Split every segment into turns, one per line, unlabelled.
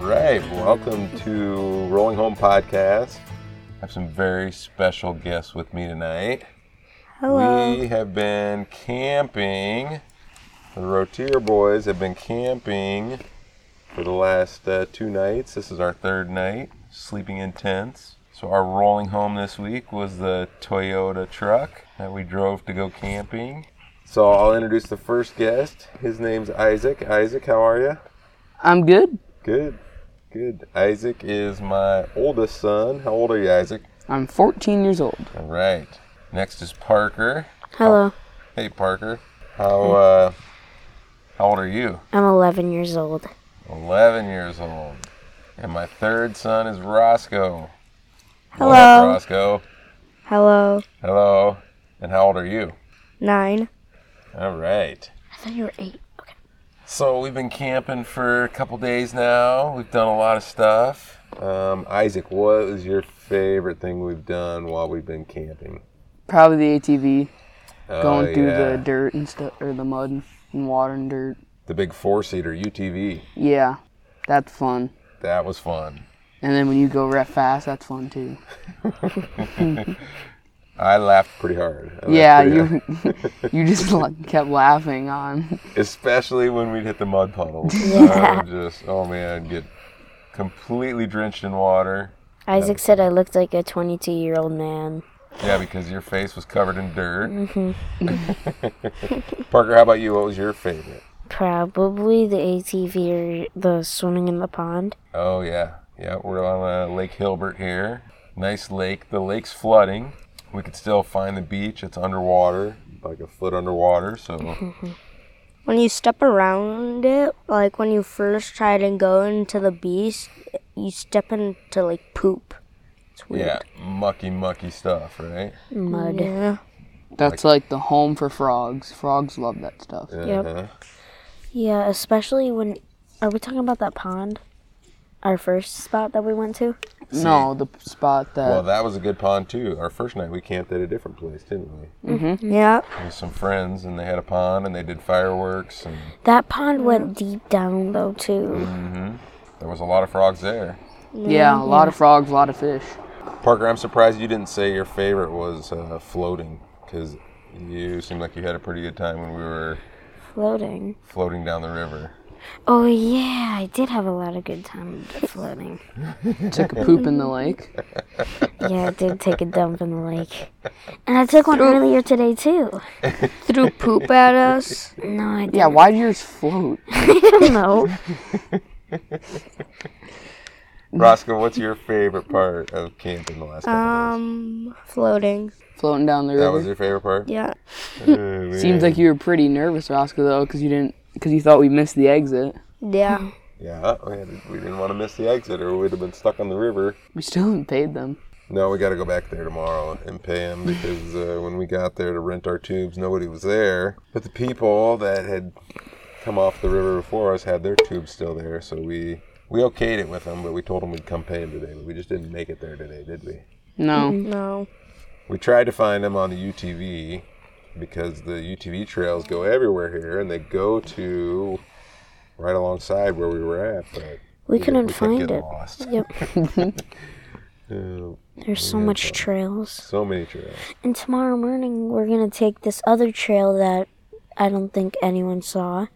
right, welcome to Rolling Home Podcast. I have some very special guests with me tonight.
Hello.
We have been camping. The Rotier boys have been camping for the last uh, two nights. This is our third night, sleeping in tents. So our rolling home this week was the Toyota truck that we drove to go camping. So I'll introduce the first guest. His name's Isaac. Isaac, how are you?
I'm good.
Good, good. Isaac is my oldest son. How old are you, Isaac?
I'm 14 years old.
All right. Next is Parker.
Hello,
Hey, Parker. How uh, how old are you?
I'm 11 years old.
Eleven years old. And my third son is Roscoe. Hello,
Hello.
Roscoe.
Hello,
Hello. And how old are you?
nine.
All right.
I thought you were eight.
So we've been camping for a couple days now. We've done a lot of stuff. Um, Isaac, what is your favorite thing we've done while we've been camping?
Probably the ATV, going
Oh,
through
yeah.
the dirt and stuff, or the mud and water and dirt.
the big four seater UTV.
Yeah, that's fun.
That was fun.
And then when you go rep fast, that's fun too.
I laughed pretty hard. I laughed
yeah,
pretty hard.
you you just like, kept laughing on.
especially when we'd hit the mud puddles. I would just oh man, get completely drenched in water.
Isaac said I looked like a 22 year old man.
Yeah, because your face was covered in dirt.
Mm-hmm.
Parker, how about you? What was your favorite?
Probably the ATV or the swimming in the pond.
Oh yeah, yeah. We're on uh, Lake Hilbert here. Nice lake. The lake's flooding. We could still find the beach. It's underwater, like a foot underwater.
Mm-hmm.
So
when you step around it, like when you first try to go into the beach, you step into like poop.
yeah, mucky, mucky stuff, right?
Mud.
Yeah.
That's like the home for frogs. Frogs love that stuff.
Yep.
Uh-huh.
Yeah, especially when. Are we talking about that pond? Our first spot that we went to?
No, the spot that
Well, that was a good pond too. Our first night we camped at a different place, didn't we?
Yeah.
With some friends, and they had a pond, and they did fireworks, and
That pond went deep down, though, too.
there was a lot of frogs there.
yeah, a lot of frogs, a lot of fish.
Parker, I'm surprised you didn't say your favorite was uh, floating, because you seemed like you had a pretty good time when we were
Floating.
floating down the river.
Oh, yeah, I did have a lot of good time floating.
Took a poop in the lake.
Yeah, I did take a dump in the lake. And I took one earlier today, too.
Threw poop at us.
No, I didn't.
Yeah, why would yours float?
know.
Roscoe, what's your favorite part of camping the last couple days?
Um, floating.
Floating down the river.
That was your favorite part.
Yeah.
Oh,
Seems
man.
like you were pretty nervous, Roscoe, though, because you didn't, because you thought we missed the exit.
Yeah.
yeah. We, had- we didn't want to miss the exit, or we'd have been stuck on the river.
We still haven't paid them.
No, we got to go back there tomorrow and pay him because uh, when we got there to rent our tubes, nobody was there. But the people that had come off the river before us had their tubes still there, so we we okayed it with them. But we told them we'd come pay them today, but we just didn't make it there today, did we?
No.
Mm-hmm. No.
We tried to find them on the UTV because the UTV trails go everywhere here, and they go to right alongside where we were at, but
We couldn't
we
find
kept
it.
getting lost.
Yep.
Uh,
There's so much trails.
so many trails.
And tomorrow morning we're gonna take this other trail that I don't think anyone saw.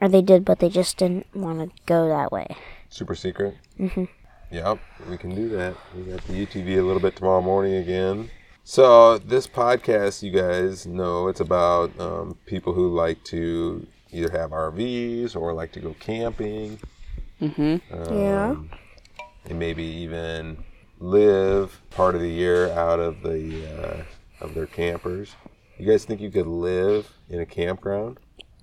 Or they did, but they just didn't want to go that way.
Super secret. Mm-hmm. Yep, we can do that. We got the UTV a little bit tomorrow morning again. So this podcast, you guys know, it's about um, people who like to either have RVs or like to go camping,
yeah.
and maybe even live part of the year out of the uh, of their campers. You guys think you could live in a campground?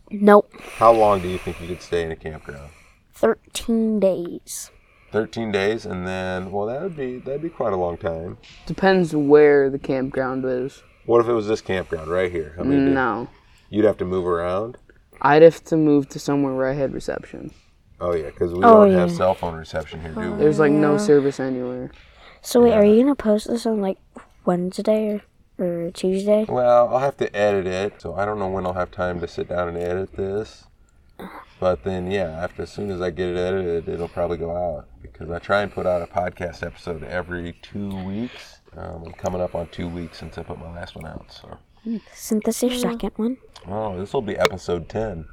Nope.
How long do you think you could stay in a campground?
13 days.
Thirteen days, and then well, that would be that'd be quite a long time.
Depends where the campground is.
What if it was this campground right here? I mean,
No.
you'd have to move around.
I'd have to move to somewhere where I had reception.
Oh yeah, because we
Oh,
don't have
yeah. Oh.
cell phone reception here, do we?
There's like no service anywhere.
So, wait, are you gonna post this on like Wednesday or, or Tuesday?
Well, I'll have to edit it, so I don't know when I'll have time to sit down and edit this. But then, yeah, after as soon as I get it edited, it'll probably go out because I try and put out a podcast episode every two weeks. Um, I'm coming up on two weeks since I put my last one out. So,
Isn't this your
Mm-hmm.
second one?
oh, this will be episode ten.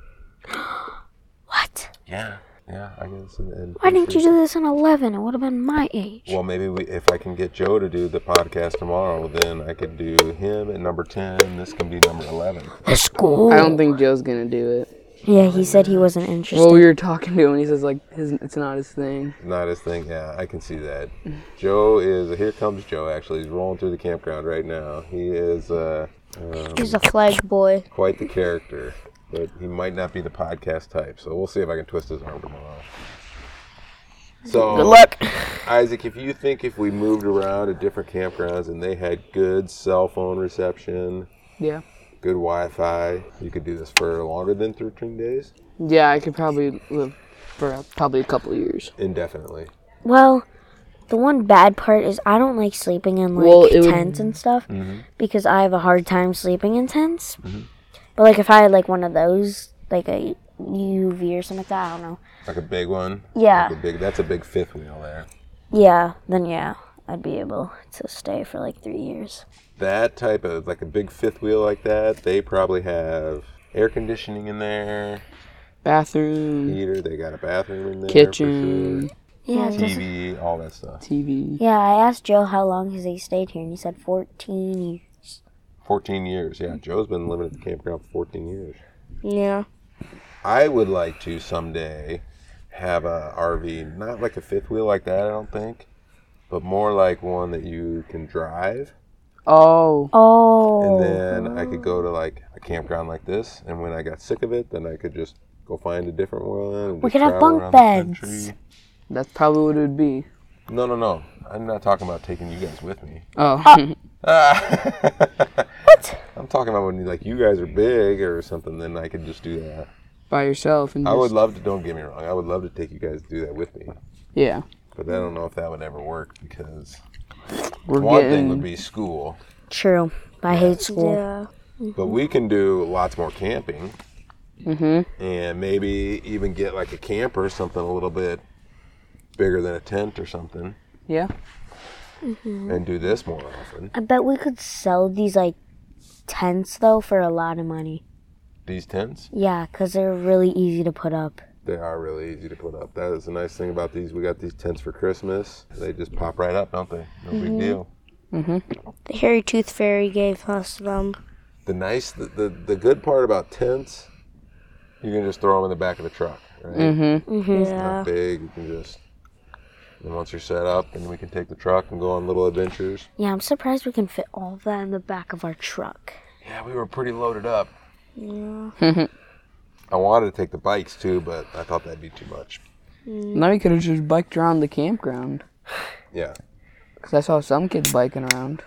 What?
Yeah, yeah, I guess. And, and
Why didn't you do this on 11? It would have been my age.
Well, maybe we, if I can get Joe to do the podcast tomorrow, then I could do him at number ten. This can be number eleven.
That's cool.
I don't think Joe's gonna do it.
Yeah, he said he wasn't interested.
Well, we were talking to him, and he says like his, it's not his thing.
Not his thing. Yeah, I can see that. Joe is here. Comes Joe. Actually, he's rolling through the campground right now. He is uh,
He's a flag boy.
quite the character, but he might not be the podcast type. So we'll see if I can twist his arm tomorrow. So
Good luck.
Isaac, if you think if we moved around to different campgrounds and they had good cell phone reception,
Yeah.
good Wi-Fi, you could do this for longer than 13 days,
Yeah, I could probably live for uh, probably a couple of years.
indefinitely.
Well, the one bad part is I don't like sleeping in like
Well, it would-
tents and stuff because I have a hard time sleeping in tents. But like if I had like one of those, like a UV or something like that, I don't know.
Like a big one.
Yeah.
Like a big. That's a big fifth wheel there.
Yeah, then yeah, I'd be able to stay for like three years.
that type of like a big fifth wheel like that, they probably have air conditioning in there,
Bathroom,
heater, they got a bathroom in there, for
kitchen,
Yeah,
sure, TV, all that stuff.
TV.
yeah. I asked Joe how long has he stayed here, and he said fourteen years.
14 years. Yeah, Joe's been living at the campground for 14 years.
Yeah.
I would like to someday have a RV, not like a fifth wheel like that, I don't think, but more like one that you can drive.
Oh,
Oh,
And then I could go to like a campground like this, and when I got sick of it, then I could just go find a different one. and
We
just
could have
travel
bunk
around the
beds.
country.
that's probably what it would be.
No, no, no. I'm not talking about taking you guys with me.
Oh,
Ah. what? I'm talking about when like you guys are big or something, then I could just do that.
by yourself and
I
just,
would love to. Don't get me wrong. I would love to take you guys to do that with me,
yeah,
but I don't know if that would ever work because
we're
one thing
getting
would be school,
true. I hate school.
Yeah.
but we can do lots more camping
Mhm.
and maybe even get like a camper or something a little bit bigger than a tent or something,
yeah.
and do this more often.
I bet we could sell these like tents though for a lot of money.
These tents.
Yeah, because they're really easy to put up.
They are really easy to put up. That is the nice thing about these. We got these tents for Christmas. They just pop right up, don't they? No big deal.
The hairy tooth fairy gave us them.
The nice, the, the, the good part about tents, you can just throw them in the back of a truck, right?
Yeah.
Not big. You can just. And once you're set up, then we can take the truck and go on little adventures.
Yeah, I'm surprised we can fit all of that in the back of our truck.
Yeah, we were pretty loaded up. Yeah. I wanted to take the bikes too, but I thought that'd be too much.
Now you could have just biked around the campground
Yeah.
because I saw some kids biking around.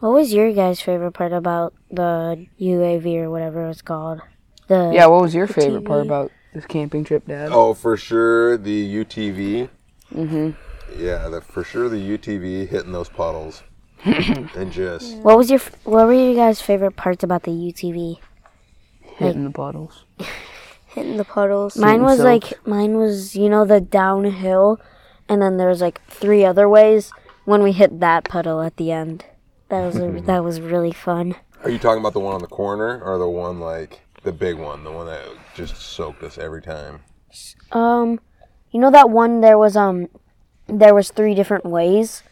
What was your guys' favorite part about the UAV or whatever it's called? The
Yeah, what was your favorite part about this camping trip, Dad?
Oh, for sure the UTV. Mm-hmm. Yeah, the, for sure the UTV hitting those puddles and just
What was your f- What were your guys' favorite parts about the UTV?
Hitting the puddles.
Hitting the puddles.
Mine was
so-
like mine was you know the downhill, and then there was like three other ways when we hit that puddle at the end. That was a, that was really fun.
Are you talking about the one on the corner or the one like the big one, the one that just soaked us every time?
Um, you know that one there was um there was three different ways.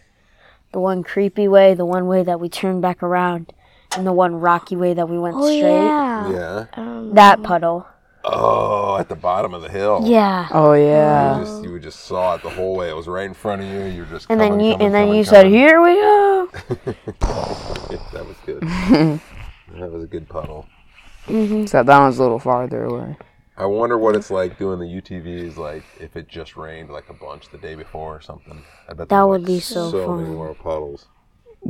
The one creepy way, the one way that we turned back around, and the one rocky way that we went straight.
yeah.
Yeah.
uh. That puddle.
Oh, at the bottom of the hill.
Yeah.
Oh yeah.
You just, you just saw it the whole way. It was right in front of you. You were just
And
coming,
then you
coming,
and then
coming,
you said,
coming.
"Here we go."
that was good. that was a good puddle.
Mm-hmm. So that one's a little farther away.
I wonder what it's like doing the UTVs, like if it just rained like a bunch the day before or something. I bet there's,
would
like,
be so
many
fun.
more puddles.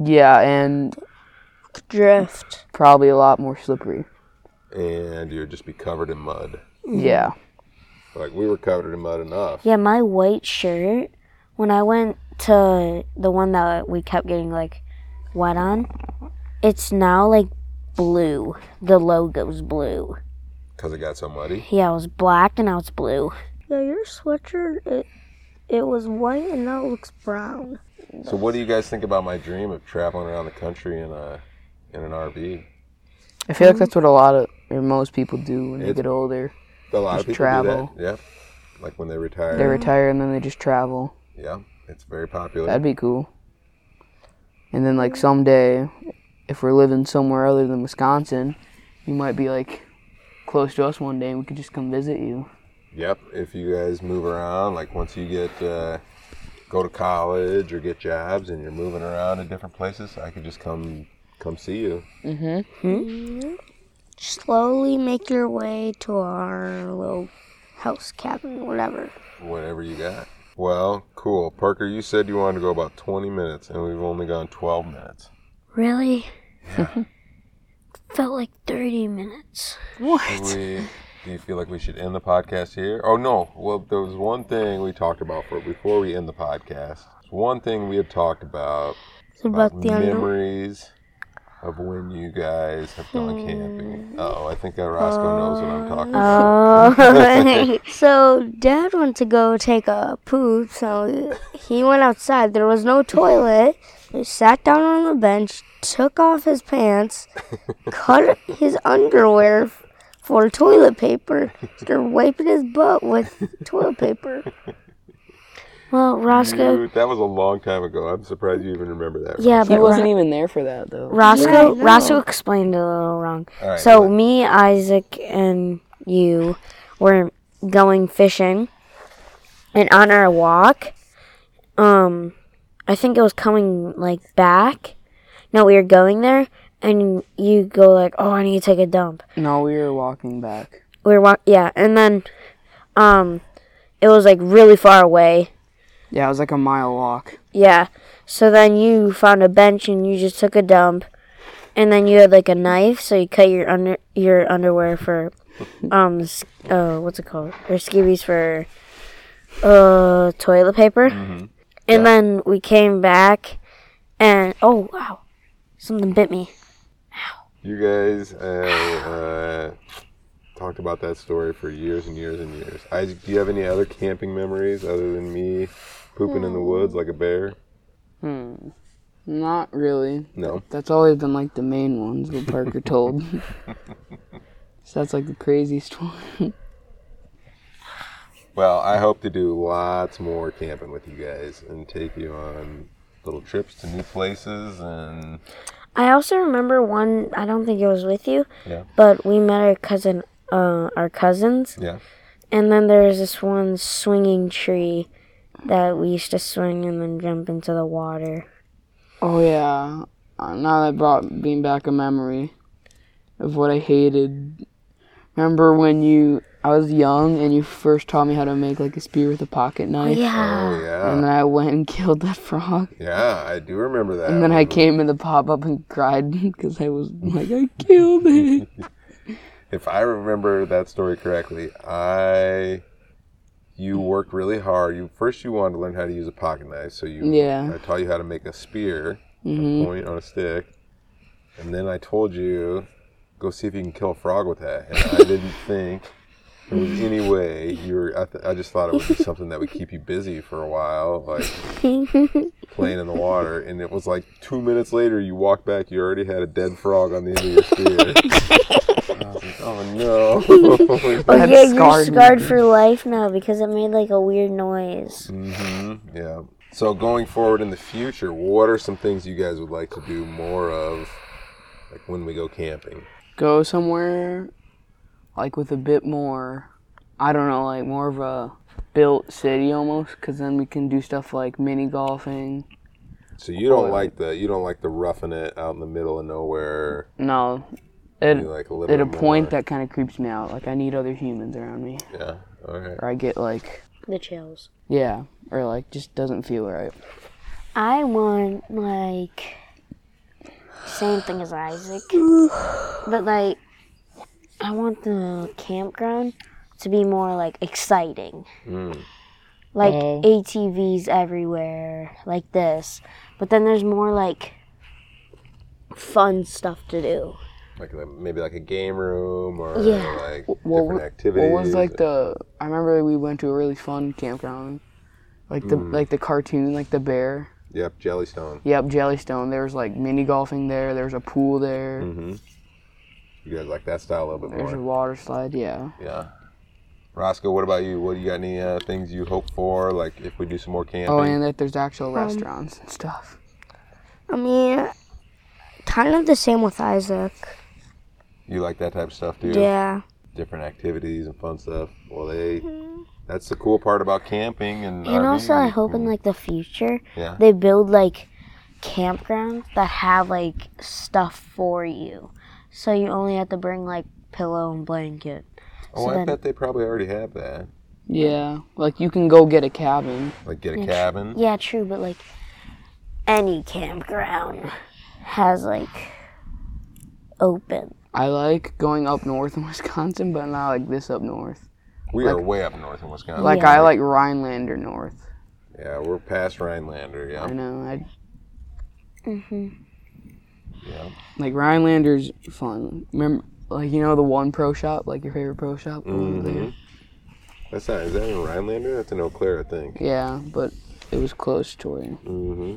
Yeah, and
Drift.
probably a lot more slippery.
and you'd just be covered in mud.
Yeah.
Like we were covered in mud enough.
Yeah, my white shirt when I went to the one that we kept getting like wet on, it's now like blue. The logo's blue.
because it got so muddy.
Yeah, it was black and now it's blue.
Yeah, your sweatshirt it it was white and now it looks brown.
So, what do you guys think about my dream of traveling around the country in a in an RV?
I feel like that's what a lot of or most people do when they
It's-
get older.
A lot
Just
of people
travel.
do that. Yeah, like when they retire.
They retire and then they just travel.
yeah, it's very popular.
That'd be cool. And then like someday, if we're living somewhere other than Wisconsin, you might be like close to us one day and we could just come visit you.
Yep. If you guys move around, like once you get uh, go to college or get jobs, and you're moving around in different places, I could just come come see you.
Slowly make your way to our little house cabin, whatever.
Whatever you got. Well, cool. Parker, you said you wanted to go about 20 minutes, and we've only gone 12 minutes.
Really? Felt like 30 minutes.
Should we, do you feel like we should end the podcast here? Oh no. Well, there was one thing we talked about for before we end the podcast. There's one thing we had talked about
It's about
about
the unknown.
memories of when you guys have gone camping.
Hmm.
Oh, I think that Roscoe knows what I'm
Uh,
talking about.
Uh,
Oh.
So Dad went to go take a poop, so he went outside. There was no toilet. He sat down on the bench, took off his pants, cut his underwear f- for toilet paper, started wiping his butt with toilet paper.
well, Roscoe.
Dude, that was a long time ago. I'm surprised you even remember that.
Yeah,
He
but Ro-
wasn't even there for that though.
Roscoe,
Yeah, I
Roscoe explained it a little wrong.
All right,
so
well-
me, Isaac, and you were going fishing, and on our walk, um, I think it was coming like back. No, we were going there, and you go like, "Oh, I need to take a dump."
No, we were walking back.
We were walk, yeah, and then, um, it was like really far away.
Yeah, it was like a mile walk.
Yeah. So then you found a bench and you just took a dump, and then you had like a knife, so you cut your under your underwear for, um, s- uh, what's it called? Or skivvies for, uh, toilet paper. And then we came back, and oh wow, something bit me.
You guys uh, uh, talked about that story for years and years and years. Isaac, do you have any other camping memories other than me pooping in
Hmm.
the woods like a bear?
Not really.
No.
That's always been like the main ones what Parker told. so that's like the craziest one.
Well, I hope to do lots more camping with you guys and take you on little trips to new places and
I also remember one. I don't think it was with you,
yeah,
but we met our cousin, uh, our cousins,
yeah.
And then there's this one swinging tree that we used to swing and then jump into the water.
Oh yeah. Uh, Now that brought being back a memory of what I hated. Remember when you I was young and you first taught me how to make like a spear with a pocket knife?
Yeah.
Oh
And
yeah,
then I went and killed that frog.
yeah. I do remember that.
And then I came in the pop up and cried because I was like, I killed it.
if I remember that story correctly, I you worked really hard. You first you wanted to learn how to use a pocket knife, so you
Yeah.
I taught you how to make a spear,
Mhm.
a point on a stick, and then I told you go see if you can kill a frog with that. And I didn't think there was any way you were. I, th- I just thought it would be something that would keep you busy for a while, like playing in the water. And it was like two minutes later, you walked back, you already had a dead frog on the end of your spear. I was like, oh no.
Oh
That's
yeah, you're
scarred me.
scarred for life now because it made like a weird noise.
Mm-hmm. Yeah. So going forward in the future, what are some things you guys would like to do more of, like when we go camping?
Go somewhere like with a bit more, I don't know, like more of a built city almost because then we can do stuff like mini golfing.
So you don't like the you don't like the roughing it out in the middle of nowhere.
No,
You
it,
like a little
at a
bit
point
more.
that kind of creeps me out. Like I need other humans around me,
Yeah. All right.
or I get like,
The chills.
yeah, or like just doesn't feel right.
I want like same thing as Isaac, but like I want the campground to be more like exciting,
Mm.
like
Oh.
ATVs everywhere, like this. But then there's more like fun stuff to do.
Like a- maybe like a game room or
Yeah.
like
What,
different
wa-
activities.
what was like the? I remember we went to a really fun campground, like the
Mm.
like the cartoon, like the bear.
Yep, Jellystone.
Yep, Jellystone. There was like mini golfing there. There was a pool there.
Mm. Mm-hmm. You guys like that style a little bit
There's a
more.
water slide. Yeah.
Yeah. Roscoe, what about you? What do you got? Any uh, things you hope for? Like if we do some more camping?
Oh, and that there's actual restaurants and stuff.
I mean, kind of the same with Isaac.
you like that type of stuff too?
Yeah.
Different activities and fun stuff. Well, they. That's the cool part about camping and.
Mm-hmm. And
RVing.
also, I hope in like the future
Yeah.
they build like campgrounds that have like stuff for you, so you only have to bring like pillow and blanket.
Oh,
so
I
then-
bet they probably already have that.
Yeah, like you can go get a cabin.
Like get a cabin.
Yeah, true, but like any campground has like open.
I like going up north in Wisconsin, but not like this up north.
We are way up north in Wisconsin.
Like
Yeah.
I like Rhinelander North.
yeah, we're past Rhinelander.
I
Yeah.
know. I Mm-hmm.
Yeah.
like Rhinelander's fun. Remember, like you know the one pro shop, like your favorite pro shop. the one there?
Mhm. That's not. Is that in Rhinelander? That's in Eau Claire, I think.
Yeah, but it was close to it.
Mm-hmm.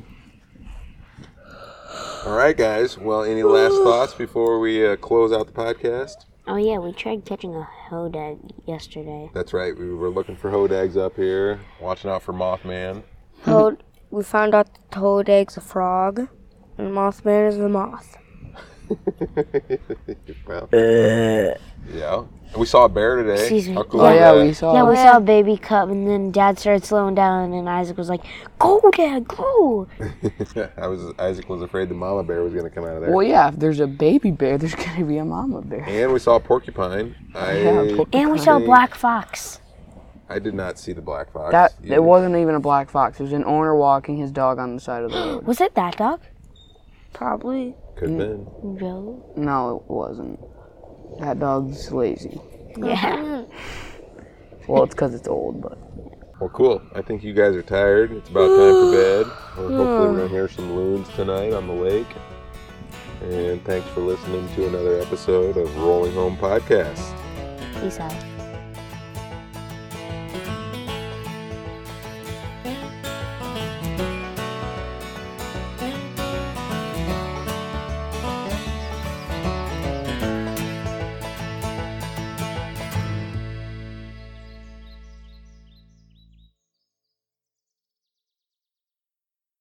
All right, guys. Well, any last thoughts before we uh, close out the podcast?
Oh yeah, we tried catching a hodag yesterday.
That's right. We were looking for hodags up here, watching out for Mothman.
Toad, we found out the toad egg's a frog, and Mothman is the moth.
well, yeah. And We saw a bear today.
Excuse me.
How cool
Uh, Oh
is
yeah,
that?
we saw.
yeah, we
it.
saw a baby cub, and then Dad started slowing down, and Isaac was like, "Go, Dad, go!"
I was Isaac was afraid the mama bear was going to come out of there.
Well, yeah. If there's a baby bear, there's gonna be a mama bear.
and we saw a porcupine. I
Yeah, porcupine.
And we saw a black fox.
I did not see the black fox.
That
either.
it wasn't even a black fox. It was an owner walking his dog on the side of the road.
Was it that dog?
Probably.
could have been.
No.
No, it wasn't. That dog's lazy.
Yeah.
Well, it's because it's old, but
Well, cool. I think you guys are tired. It's about time for bed. We're hopefully
Hmm.
we're gonna hear some loons tonight on the lake. And thanks for listening to another episode of Rolling Home Podcast.
Peace out.